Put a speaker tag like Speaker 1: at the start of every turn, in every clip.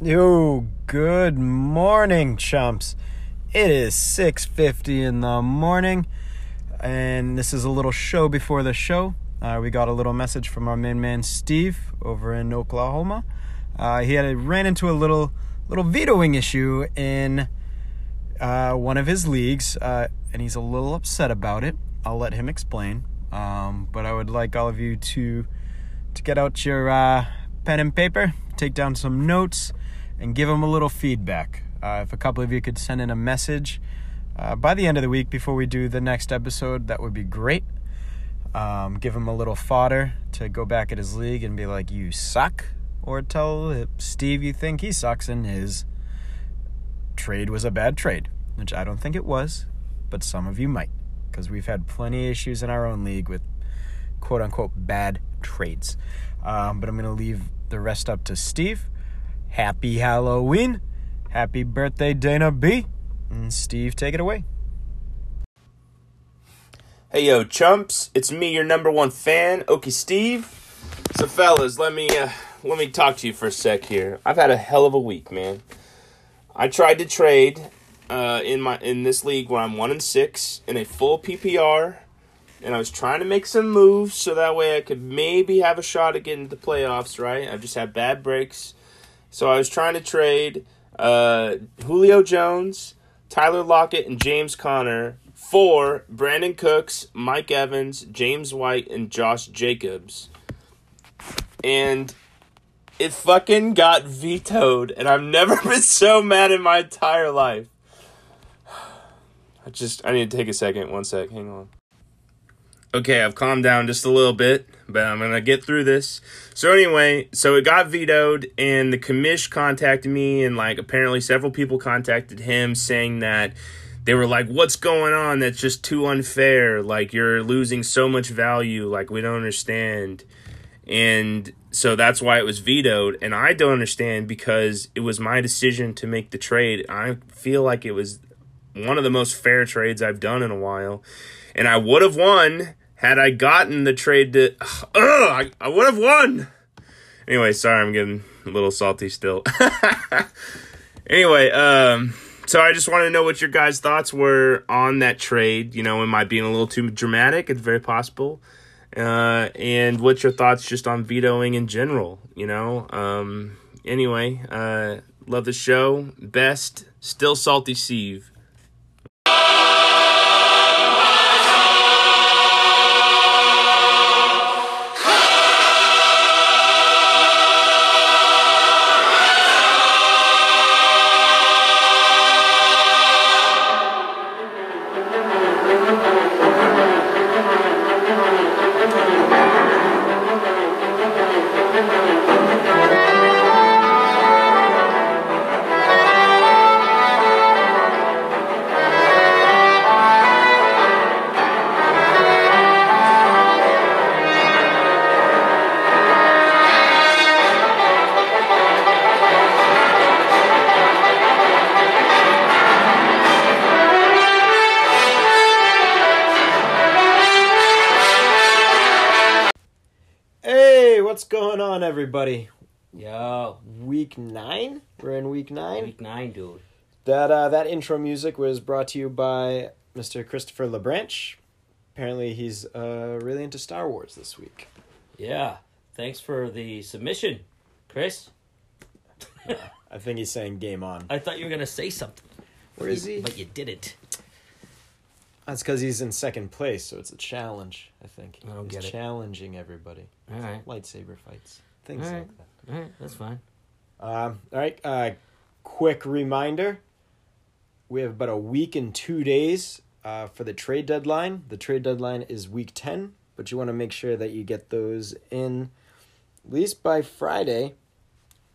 Speaker 1: Yo, good morning, chumps. It is 6:50 in the morning, and this is a little show before the show. Uh, we got a little message from our main man Steve over in Oklahoma. Uh, he had ran into a little little vetoing issue in uh, one of his leagues, uh, and he's a little upset about it. I'll let him explain. Um, but I would like all of you to to get out your uh, pen and paper, take down some notes, and give him a little feedback. Uh, if a couple of you could send in a message uh, by the end of the week before we do the next episode, that would be great. Um, give him a little fodder to go back at his league and be like, "You suck," or tell Steve you think he sucks and his trade was a bad trade, which I don't think it was, but some of you might, because we've had plenty of issues in our own league with quote unquote bad trades. Um, but I'm going to leave the rest up to Steve. Happy Halloween. Happy birthday, Dana B. And Steve, take it away.
Speaker 2: Hey yo, chumps! It's me, your number one fan, Okie Steve. So, fellas, let me uh, let me talk to you for a sec here. I've had a hell of a week, man. I tried to trade uh, in my in this league where I'm one and six in a full PPR, and I was trying to make some moves so that way I could maybe have a shot at getting to the playoffs. Right? I've just had bad breaks, so I was trying to trade uh, Julio Jones, Tyler Lockett, and James Conner for Brandon Cooks, Mike Evans, James White, and Josh Jacobs. And it fucking got vetoed, and I've never been so mad in my entire life. I just, I need to take a second. One sec. Hang on. Okay, I've calmed down just a little bit, but I'm gonna get through this. So anyway, so it got vetoed, and the commish contacted me, and like apparently several people contacted him saying that they were like, "What's going on? That's just too unfair. Like you're losing so much value. Like we don't understand." And so that's why it was vetoed, and I don't understand because it was my decision to make the trade. I feel like it was one of the most fair trades I've done in a while. And I would have won had I gotten the trade to. Ugh, I, I would have won! Anyway, sorry, I'm getting a little salty still. anyway, um, so I just wanted to know what your guys' thoughts were on that trade. You know, am I being a little too dramatic? It's very possible. Uh, and what's your thoughts just on vetoing in general? You know, um, anyway, uh, love the show. Best, still salty Steve.
Speaker 1: Hey, what's going on, everybody? Yo, week nine. We're in week nine.
Speaker 3: Week nine, dude.
Speaker 1: That uh, that intro music was brought to you by Mr. Christopher LeBranch. Apparently, he's uh, really into Star Wars this week.
Speaker 3: Yeah. Thanks for the submission, Chris.
Speaker 1: I think he's saying game on.
Speaker 3: I thought you were gonna say something,
Speaker 1: Where is he?
Speaker 3: but you didn't.
Speaker 1: That's because he's in second place, so it's a challenge. I think
Speaker 3: I don't
Speaker 1: he's
Speaker 3: get it.
Speaker 1: challenging everybody.
Speaker 3: All right.
Speaker 1: Lightsaber fights, things
Speaker 3: All
Speaker 1: like
Speaker 3: right.
Speaker 1: that.
Speaker 3: All right. That's fine.
Speaker 1: Um, all right. Uh, quick reminder: we have about a week and two days uh, for the trade deadline. The trade deadline is week ten, but you want to make sure that you get those in at least by Friday,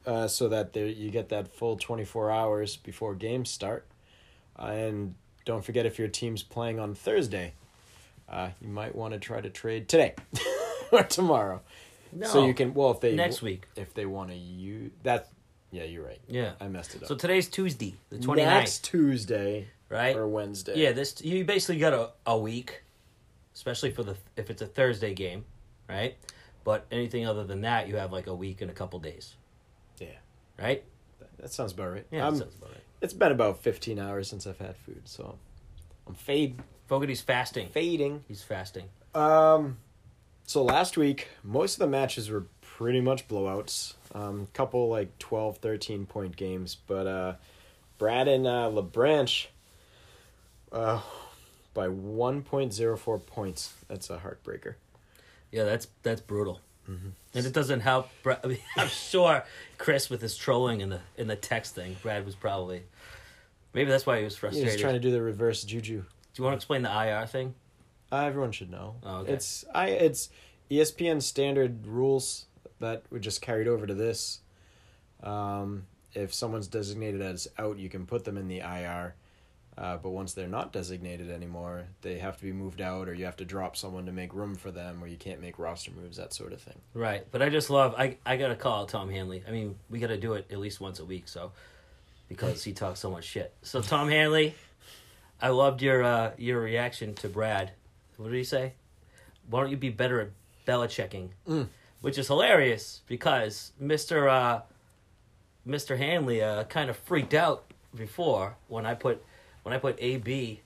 Speaker 1: uh, so that there you get that full twenty four hours before games start. and don't forget if your team's playing on Thursday, uh, you might want to try to trade today or tomorrow.
Speaker 3: No.
Speaker 1: So you can well if they
Speaker 3: Next week.
Speaker 1: if they want to use that. Yeah, you're right.
Speaker 3: Yeah.
Speaker 1: I messed it up.
Speaker 3: So today's Tuesday, the 29th,
Speaker 1: next Tuesday
Speaker 3: right?
Speaker 1: or Wednesday.
Speaker 3: Yeah. This you basically got a, a week, especially for the if it's a Thursday game, right? But anything other than that, you have like a week and a couple days,
Speaker 1: yeah.
Speaker 3: right?
Speaker 1: That sounds about right.
Speaker 3: Yeah,
Speaker 1: I'm-
Speaker 3: that sounds about right.
Speaker 1: it's been about 15 hours since I've had food, so I'm fade,
Speaker 3: Fogarty's fasting.
Speaker 1: fading.
Speaker 3: He's fasting.
Speaker 1: Um, so last week, most of the matches were pretty much blowouts. Um, couple like 12, 13 point games, but uh, Brad and uh, LeBranch uh, by 1.04 points. That's a heartbreaker.
Speaker 3: Yeah, that's that's brutal. And it doesn't help. Bra- I mean, I'm sure Chris with his trolling in the in the text thing. Brad was probably maybe that's why he was
Speaker 1: He's
Speaker 3: frustrated.
Speaker 1: trying to do the reverse juju.
Speaker 3: Do you want to explain the IR thing?
Speaker 1: Uh, everyone should know.
Speaker 3: Oh, okay.
Speaker 1: It's I it's E ESPN standard rules that were just carried over to this. Um, if someone's designated as out, you can put them in the IR. Uh, but once they're not designated anymore, they have to be moved out, or you have to drop someone to make room for them, or you can't make roster moves, that sort of thing.
Speaker 3: Right, but I just love. I I gotta call out Tom Hanley. I mean, we gotta do it at least once a week, so because he talks so much shit. So Tom Hanley, I loved your uh, your reaction to Brad. What did he say? Why don't you be better at Belichicking? Which is hilarious because Mister uh, Mister Hanley uh, kind of freaked out before when I put when I put AB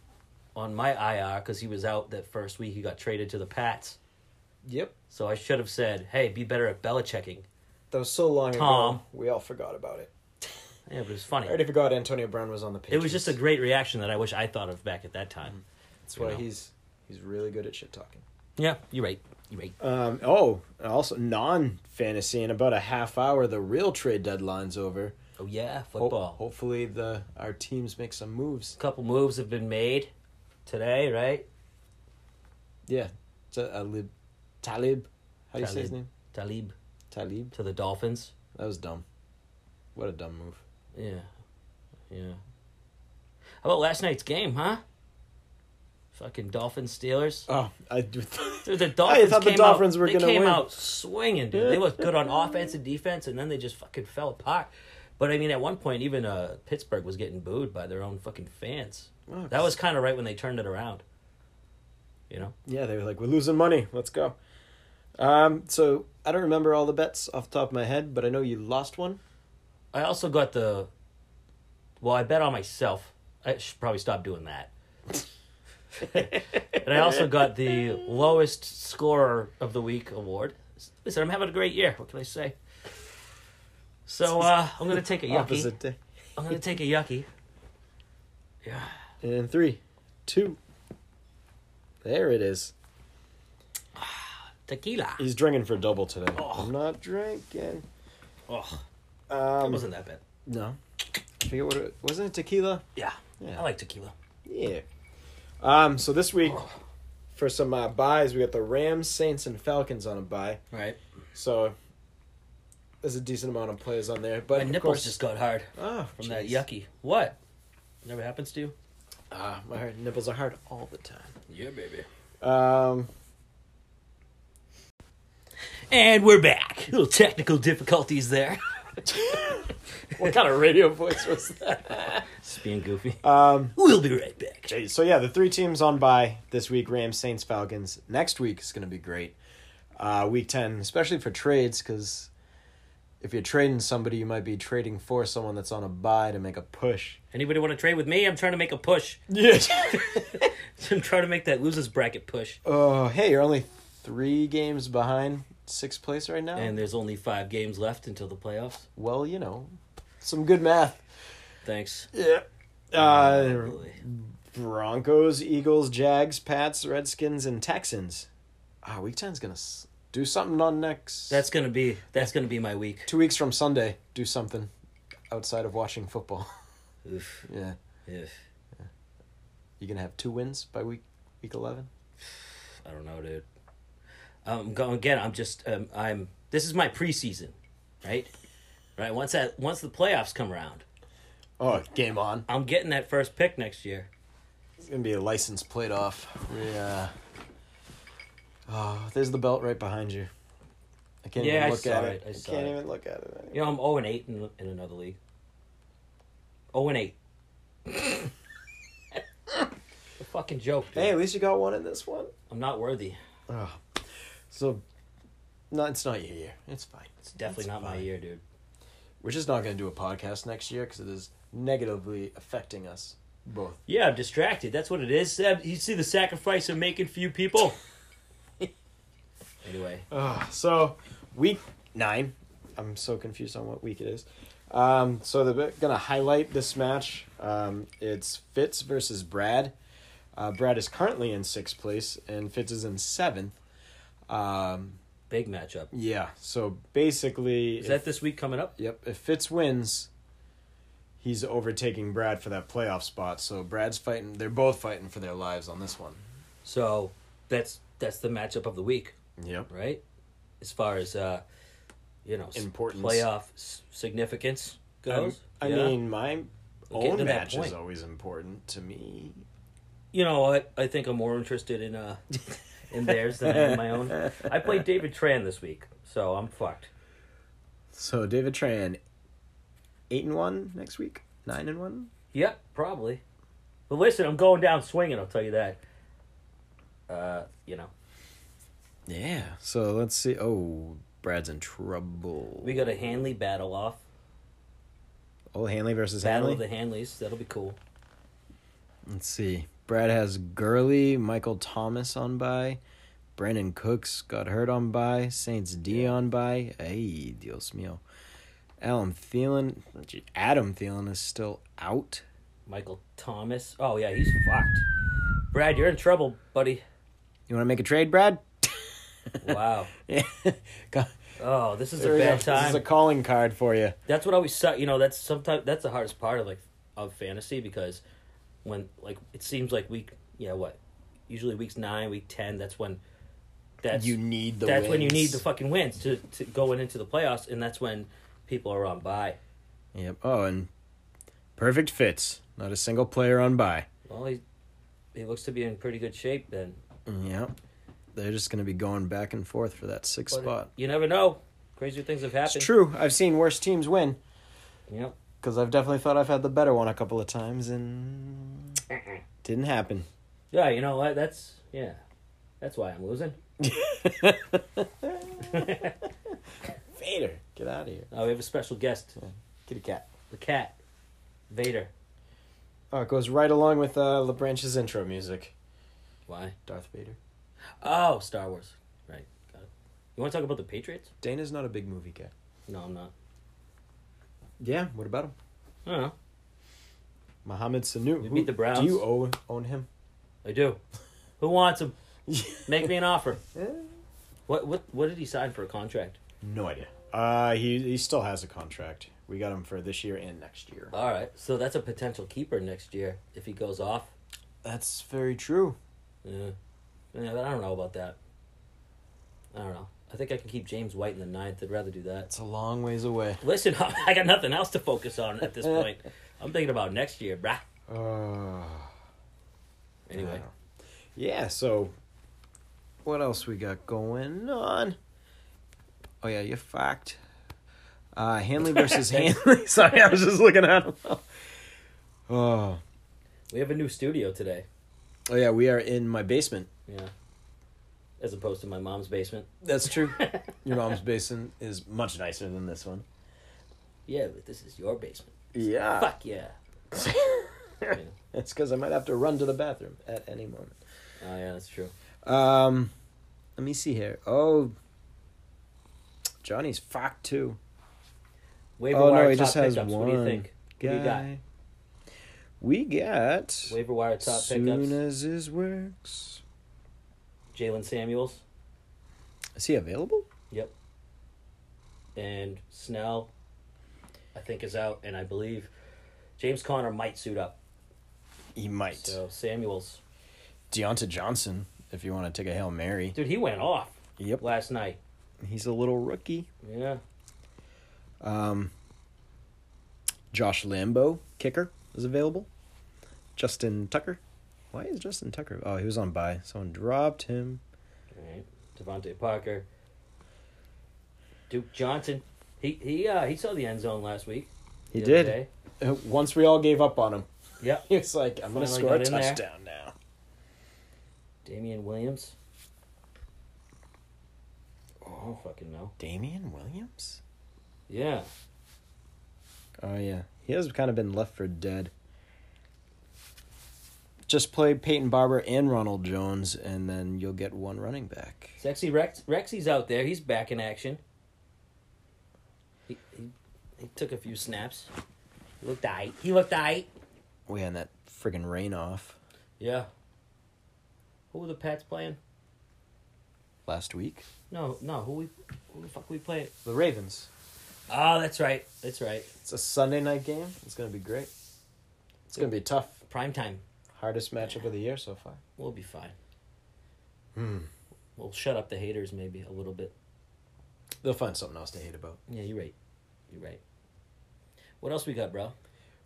Speaker 3: on my IR because he was out that first week. He got traded to the Pats.
Speaker 1: Yep,
Speaker 3: So I should have said, "Hey, be better at Belichicking."
Speaker 1: that was so long
Speaker 3: Tom.
Speaker 1: ago. We all forgot about it.
Speaker 3: Yeah, but it's
Speaker 1: I
Speaker 3: funny.
Speaker 1: already forgot Antonio Brown was on the
Speaker 3: It
Speaker 1: Patriots.
Speaker 3: was just a great reaction that I wish I thought of back at that time.
Speaker 1: That's why
Speaker 3: you know.
Speaker 1: he's he's really good at shit talking.
Speaker 3: Yeah, you're right. You're right.
Speaker 1: Um, oh, and also non fantasy. In about a half hour, the real trade deadline's over.
Speaker 3: Oh yeah,
Speaker 1: Ho-
Speaker 3: football.
Speaker 1: hopefully, the our teams make some moves.
Speaker 3: A couple moves have been made today, right?
Speaker 1: Yeah, it's a, a lib, Talib. How do you say his
Speaker 3: Talib.
Speaker 1: name?
Speaker 3: Talib
Speaker 1: Talib.
Speaker 3: to the Dolphins.
Speaker 1: That was dumb. What a dumb move.
Speaker 3: Yeah, yeah. How about last night's game, huh? Fucking Dolphins Steelers.
Speaker 1: Oh, I
Speaker 3: Dude, the
Speaker 1: I
Speaker 3: Dolphins
Speaker 1: thought the
Speaker 3: came
Speaker 1: Dolphins
Speaker 3: out,
Speaker 1: were
Speaker 3: they
Speaker 1: gonna
Speaker 3: came
Speaker 1: win.
Speaker 3: out swinging, dude. They looked good on offense and defense, and then they just fucking fell apart. But I mean, at one point, even uh, Pittsburgh was getting booed by their own fucking fans.
Speaker 1: Well,
Speaker 3: That was kind of right when they turned it around. You know,
Speaker 1: Yeah, they were like, we're losing money. Let's go. Um, so I don't remember all the bets off the top of my head, but I know you lost one.
Speaker 3: I also got the. Well, I bet on myself. I should probably stop doing that. and I also got the lowest scorer of the week award. Listen, I'm having a great year. What can I say? So uh, I'm gonna take a yucky.
Speaker 1: Opposite day.
Speaker 3: I'm gonna take a yucky. Yeah.
Speaker 1: And in three, two. There it is.
Speaker 3: Tequila.
Speaker 1: He's drinking for double today.
Speaker 3: Oh.
Speaker 1: I'm not drinking.
Speaker 3: Oh, it
Speaker 1: Um,
Speaker 3: wasn't that bad.
Speaker 1: no. I forget what it wasn't it tequila?
Speaker 3: Yeah.
Speaker 1: Yeah.
Speaker 3: I like tequila.
Speaker 1: Yeah. Um, so this week for some uh, buys, we got the Rams, Saints, and Falcons on a buy.
Speaker 3: Right.
Speaker 1: So there's a decent amount of players on there. But
Speaker 3: My
Speaker 1: of
Speaker 3: nipples
Speaker 1: course,
Speaker 3: just got hard
Speaker 1: oh,
Speaker 3: from that
Speaker 1: jeez.
Speaker 3: yucky. What? Never happens to you?
Speaker 1: Ah, my hard- nipples are hard all the time.
Speaker 3: Yeah, baby.
Speaker 1: Um,
Speaker 3: And we're back. Little technical difficulties there.
Speaker 1: what kind of radio voice was that?
Speaker 3: Just being goofy.
Speaker 1: Um,
Speaker 3: We'll be right back.
Speaker 1: Jeez. So yeah, the three teams on by this week: Rams, Saints, Falcons. Next week is going to be great. Uh, week ten, especially for trades, because if you're trading somebody, you might be trading for someone that's on a buy to make a push.
Speaker 3: Anybody want to trade with me? I'm trying to make a push.
Speaker 1: Yes.
Speaker 3: I'm trying to make that losers bracket push.
Speaker 1: oh, hey, you're only three games behind sixth place right now.
Speaker 3: And there's only five games left until the playoffs.
Speaker 1: well, you know, some good math.
Speaker 3: Thanks.
Speaker 1: Yeah. Uh,
Speaker 3: Really.
Speaker 1: Broncos, Eagles, Jags, Pats, Redskins, and Texans. Ah, week ten's gonna s- do something on next.
Speaker 3: That's gonna be that's gonna be my week.
Speaker 1: two weeks from Sunday, do something outside of watching football.
Speaker 3: Oof.
Speaker 1: yeah,
Speaker 3: Oof.
Speaker 1: you gonna have two wins by week week eleven.
Speaker 3: I don't know, dude. I'm going again. I'm just um, I'm. This is my preseason, right? Right. Once that once the playoffs come around,
Speaker 1: Oh, game on!
Speaker 3: I'm getting that first pick next year.
Speaker 1: It's gonna be a license plate off. Yeah. uh, Oh, there's the belt right behind you. I can't
Speaker 3: Yeah,
Speaker 1: even
Speaker 3: I
Speaker 1: look
Speaker 3: saw
Speaker 1: at
Speaker 3: it.
Speaker 1: it.
Speaker 3: I
Speaker 1: I,
Speaker 3: saw
Speaker 1: can't
Speaker 3: it.
Speaker 1: even look at it. Anymore.
Speaker 3: You know, I'm 0 and 8 in, in another league. 0 and 8. a fucking joke. Dude.
Speaker 1: Hey, at least you got one in this one.
Speaker 3: I'm not worthy.
Speaker 1: Oh. So, no, it's not your year. It's fine.
Speaker 3: It's definitely
Speaker 1: That's
Speaker 3: not my
Speaker 1: fine.
Speaker 3: year, dude.
Speaker 1: We're just not going to do a podcast next year because it is negatively affecting us both.
Speaker 3: Yeah, I'm distracted. That's what it is. Seb. You see the sacrifice I'm making for you people. anyway,
Speaker 1: Uh, so week nine. I'm so confused on what week it is. Um, so they're gonna highlight this match. Um, it's Fitz versus Brad. Uh, Brad is currently in sixth place, and Fitz is in seventh. Um,
Speaker 3: big matchup.
Speaker 1: yeah. So basically,
Speaker 3: Is
Speaker 1: if-
Speaker 3: that this week coming up?
Speaker 1: yep. If Fitz wins, he's overtaking Brad for that playoff spot. So Brad's fighting. They're both fighting for their lives on this one.
Speaker 3: So that's that's the matchup of the week,
Speaker 1: Yep.
Speaker 3: right? As far as uh, you know, s-
Speaker 1: Importance.
Speaker 3: playoff s- significance
Speaker 1: Um,
Speaker 3: goes.
Speaker 1: I
Speaker 3: Yeah.
Speaker 1: mean, my
Speaker 3: We're getting to
Speaker 1: own
Speaker 3: that
Speaker 1: match is
Speaker 3: point.
Speaker 1: always important to me.
Speaker 3: you know what? I think I'm more interested in uh in theirs than I am my own. I played David Tran this week, so I'm fucked.
Speaker 1: So David Tran, eight and one next week, nine and one.
Speaker 3: Yep, probably. But listen, I'm going down swinging. I'll tell you that. Uh, you know,
Speaker 1: Yeah. So let's see. Oh, Brad's in trouble.
Speaker 3: we got a Hanley battle off.
Speaker 1: oh Hanley versus
Speaker 3: Battle
Speaker 1: Hanley.
Speaker 3: of the Hanleys. That'll be cool.
Speaker 1: Let's see. Brad has Gurley, Michael Thomas on by. Brandon Cooks got hurt on by. Saints D on by. Hey, Dios mío. Adam Thielen. Adam Thielen is still out.
Speaker 3: Michael Thomas. Oh yeah, he's fucked. Brad, you're in trouble, buddy.
Speaker 1: You want to make a trade, Brad?
Speaker 3: Wow.
Speaker 1: God,
Speaker 3: Oh, this is
Speaker 1: there
Speaker 3: a
Speaker 1: we go.
Speaker 3: bad
Speaker 1: This
Speaker 3: time.
Speaker 1: is a calling card for you.
Speaker 3: that's what always sucks. You know, that's sometimes that's the hardest part of like of fantasy because when like it seems like week yeah what usually weeks nine week ten that's when that's
Speaker 1: You need the
Speaker 3: that's when you
Speaker 1: wins.
Speaker 3: need the fucking wins to to going into the playoffs and that's when people are on bye.
Speaker 1: Yep. Oh, and perfect fits. Not a single player on by.
Speaker 3: Well, he he looks to be in pretty good shape then.
Speaker 1: Yep. They're just going to be going back and forth for that sixth
Speaker 3: But uh,
Speaker 1: spot.
Speaker 3: you never know. Crazier things have happened.
Speaker 1: It's true. I've seen worse teams win
Speaker 3: Yep.
Speaker 1: because I've definitely thought I've had the better one a couple of times and didn't happen.
Speaker 3: Yeah, you know what? That's yeah. That's why I'm losing.
Speaker 1: Vader, get out of here,
Speaker 3: Oh, we have a special guest,
Speaker 1: kitty cat.
Speaker 3: the cat, Vader.
Speaker 1: Oh, it goes right along with uh, LeBranche's intro music.
Speaker 3: Why?
Speaker 1: Darth Vader.
Speaker 3: Oh, Star Wars. Right. Got it. You want to talk about the Patriots?
Speaker 1: Dana's not a big movie guy.
Speaker 3: No, I'm not.
Speaker 1: Yeah. What about him?
Speaker 3: I don't know.
Speaker 1: Mohammed Sanu.
Speaker 3: We
Speaker 1: Who-
Speaker 3: beat the Browns.
Speaker 1: Do you own, own him?
Speaker 3: I do. Who wants him? Make me an offer. What what what did he sign for a contract?
Speaker 1: No idea. Uh, he he still has a contract. We got him for this year and next year.
Speaker 3: All right. So that's a potential keeper next year if he goes off.
Speaker 1: That's very true.
Speaker 3: Yeah. yeah but I don't know about that. I don't know. I think I can keep James White in the ninth. I'd rather do that.
Speaker 1: It's a long ways away.
Speaker 3: Listen, I got nothing else to focus on at this point. I'm thinking about next year, brah.
Speaker 1: Uh,
Speaker 3: Anyway.
Speaker 1: yeah. So, what else we got going on? Oh yeah, you're fucked. Uh, Hanley versus Hanley. Sorry, I was just looking at him. Oh,
Speaker 3: We have a new studio today.
Speaker 1: oh yeah, we are in my basement.
Speaker 3: Yeah. As opposed to my mom's basement.
Speaker 1: That's true. Your mom's basement is much nicer than this one.
Speaker 3: Yeah, but this is your basement.
Speaker 1: Yeah,
Speaker 3: Fuck yeah.
Speaker 1: it's because I might have to run to the bathroom at any moment.
Speaker 3: Oh yeah, that's true.
Speaker 1: Um, let me see here. Oh, Johnny's fucked too.
Speaker 3: Waiver
Speaker 1: Oh, no,
Speaker 3: wire
Speaker 1: he
Speaker 3: top
Speaker 1: just has
Speaker 3: pickups. What do you
Speaker 1: one
Speaker 3: think? What do you got?
Speaker 1: Guy. We got
Speaker 3: Waiver wire top
Speaker 1: soon
Speaker 3: pickups.
Speaker 1: as his works.
Speaker 3: Jalen Samuels
Speaker 1: Is he available?
Speaker 3: and Snell, I think is out, and I believe James Conner might suit up.
Speaker 1: He might.
Speaker 3: So Samuels,
Speaker 1: Deonta Johnson, if you want to take a hail mary.
Speaker 3: dude, he went off
Speaker 1: Yep,
Speaker 3: last night.
Speaker 1: he's a little rookie.
Speaker 3: Yeah,
Speaker 1: Um, Josh Lambo, kicker, is available. Justin Tucker. Why is Justin Tucker? Oh, he was on bye. Someone dropped him.
Speaker 3: All right. Devontae Parker, Duke Johnson. He he uh, he saw the end zone last week.
Speaker 1: He
Speaker 3: the other
Speaker 1: did.
Speaker 3: day.
Speaker 1: Uh, Once we all gave up on him,
Speaker 3: Yep.
Speaker 1: he was like, "I'm
Speaker 3: Finally
Speaker 1: going to score a
Speaker 3: got in there.
Speaker 1: touchdown now."
Speaker 3: Damian Williams. I don't fucking know.
Speaker 1: Damian Williams.
Speaker 3: Yeah.
Speaker 1: Oh yeah, he has kind of been left for dead. Just play Peyton Barber and Ronald Jones, and then you'll get one running back.
Speaker 3: Sexy Rex, Rexy's out there. He's back in action. He, he, he took a few snaps. He looked aight. He looked aight.
Speaker 1: We had Oh, that friggin' rain off
Speaker 3: Yeah. Who were the Pats playing?
Speaker 1: last week.
Speaker 3: No, no. Who we? Who the fuck we playing?
Speaker 1: The Ravens.
Speaker 3: Oh, that's right. That's right.
Speaker 1: It's a Sunday night game. It's gonna be great. It's gonna be tough.
Speaker 3: Prime time.
Speaker 1: Hardest matchup of the year so far.
Speaker 3: We'll be fine. We'll shut up the haters maybe a little bit.
Speaker 1: They'll find something else to hate about.
Speaker 3: Yeah, you're right. You're right. What else we got, bro?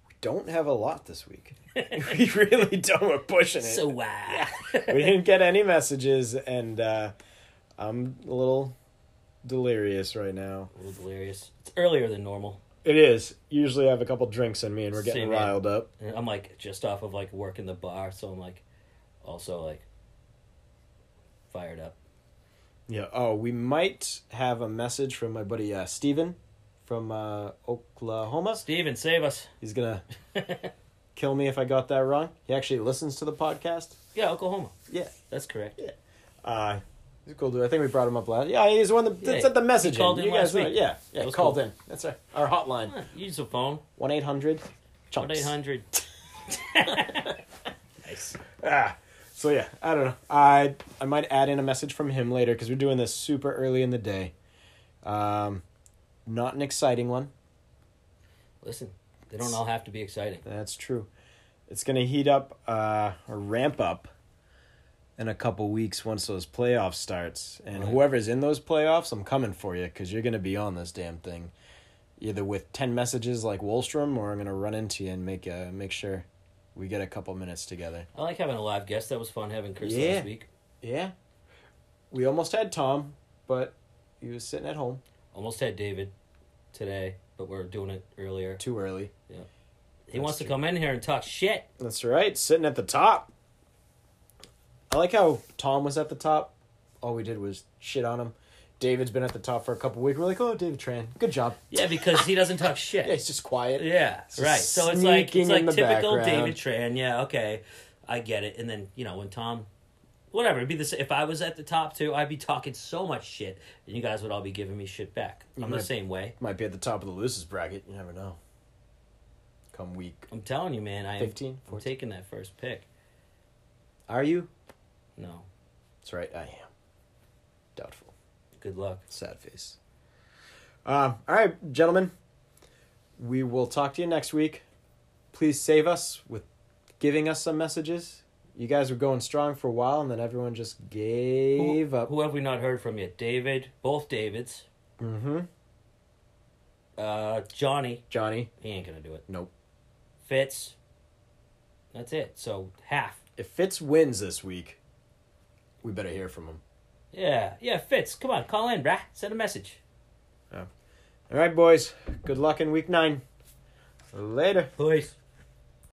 Speaker 1: We don't have a lot this week. we really don't. We're pushing it.
Speaker 3: So wow.
Speaker 1: we didn't get any messages, and uh, I'm a little delirious right now.
Speaker 3: a little delirious. It's earlier than normal.
Speaker 1: It is. Usually I have a couple drinks in me and we're getting
Speaker 3: Same here.
Speaker 1: riled up.
Speaker 3: And I'm like just off of like work in the bar, so I'm like also like fired up.
Speaker 1: Yeah. Oh, we might have a message from my buddy uh, Steven from uh, Oklahoma.
Speaker 3: Steven, save us.
Speaker 1: He's going to kill me if I got that wrong. He actually listens to the podcast.
Speaker 3: Yeah, Oklahoma.
Speaker 1: Yeah.
Speaker 3: That's correct.
Speaker 1: Uh, he's a cool dude. I think we brought him up last. Yeah, he's the one that, that
Speaker 3: Yeah,
Speaker 1: sent the
Speaker 3: he
Speaker 1: message.
Speaker 3: called
Speaker 1: in.
Speaker 3: in
Speaker 1: You guys
Speaker 3: last
Speaker 1: know.
Speaker 3: week.
Speaker 1: Yeah.
Speaker 3: That
Speaker 1: Yeah,
Speaker 3: was
Speaker 1: called
Speaker 3: cool.
Speaker 1: in. That's our, our hotline.
Speaker 3: Huh, Use the phone.
Speaker 1: 1 800
Speaker 3: One eight hundred. Nice.
Speaker 1: Ah, so yeah, I don't know. I I might add in a message from him later because we're doing this super early in the day. Um, not an exciting one.
Speaker 3: Listen, they don't all have to be exciting.
Speaker 1: That's true. It's gonna heat up uh, or ramp up in a couple weeks once those playoffs starts. And
Speaker 3: Right.
Speaker 1: whoever's in those playoffs, I'm coming for you because you're gonna be on this damn thing, either with ten messages like Wolstrom, or I'm gonna run into you and make uh, make sure we get a couple minutes together.
Speaker 3: I like having a live guest. That was fun having Chris
Speaker 1: Yeah.
Speaker 3: last week.
Speaker 1: Yeah. We almost had Tom, but he was sitting at home
Speaker 3: Almost had David today, but we're doing it earlier.
Speaker 1: too early.
Speaker 3: He
Speaker 1: That's
Speaker 3: wants
Speaker 1: true.
Speaker 3: to come in here and talk shit.
Speaker 1: That's right, sitting at the top. I like how Tom was at the top. All we did was shit on him. David's been at the top for a couple weeks. We're like, oh, David Tran, good job.
Speaker 3: Yeah, because he doesn't talk shit.
Speaker 1: Yeah, he's just quiet.
Speaker 3: Yeah,
Speaker 1: It's
Speaker 3: right.
Speaker 1: just
Speaker 3: So it's like
Speaker 1: sneaking
Speaker 3: it's
Speaker 1: in
Speaker 3: like
Speaker 1: the
Speaker 3: typical
Speaker 1: background.
Speaker 3: David Tran. Yeah, okay, I get it. And then you know when Tom, whatever, it'd be this. If I was at the top too, I'd be talking so much shit, and you guys would all be giving me shit back. I'm the
Speaker 1: might-
Speaker 3: same way.
Speaker 1: Might be at the top of the losers bracket. You never know. Come week
Speaker 3: I'm telling you, man. I am,
Speaker 1: 15,
Speaker 3: I'm
Speaker 1: 14.
Speaker 3: taking that first pick.
Speaker 1: Are you?
Speaker 3: No,
Speaker 1: That's right, I am. Doubtful.
Speaker 3: good luck.
Speaker 1: Sad face. Um, all right, gentlemen. We will talk to you next week. Please save us with giving us some messages. You guys were going strong for a while, and then everyone just gave
Speaker 3: Who,
Speaker 1: up.
Speaker 3: who have we not heard from yet? David, both Davids.
Speaker 1: Mm-hmm.
Speaker 3: Uh, Johnny,
Speaker 1: Johnny,
Speaker 3: he ain't gonna do it.
Speaker 1: nope.
Speaker 3: Fitz, that's it. So half.
Speaker 1: If Fitz wins this week, we better hear from him.
Speaker 3: Yeah, yeah. Fitz, come on, call in, brah. Send a message.
Speaker 1: All right, boys. Good luck in week nine. Later.
Speaker 3: Please.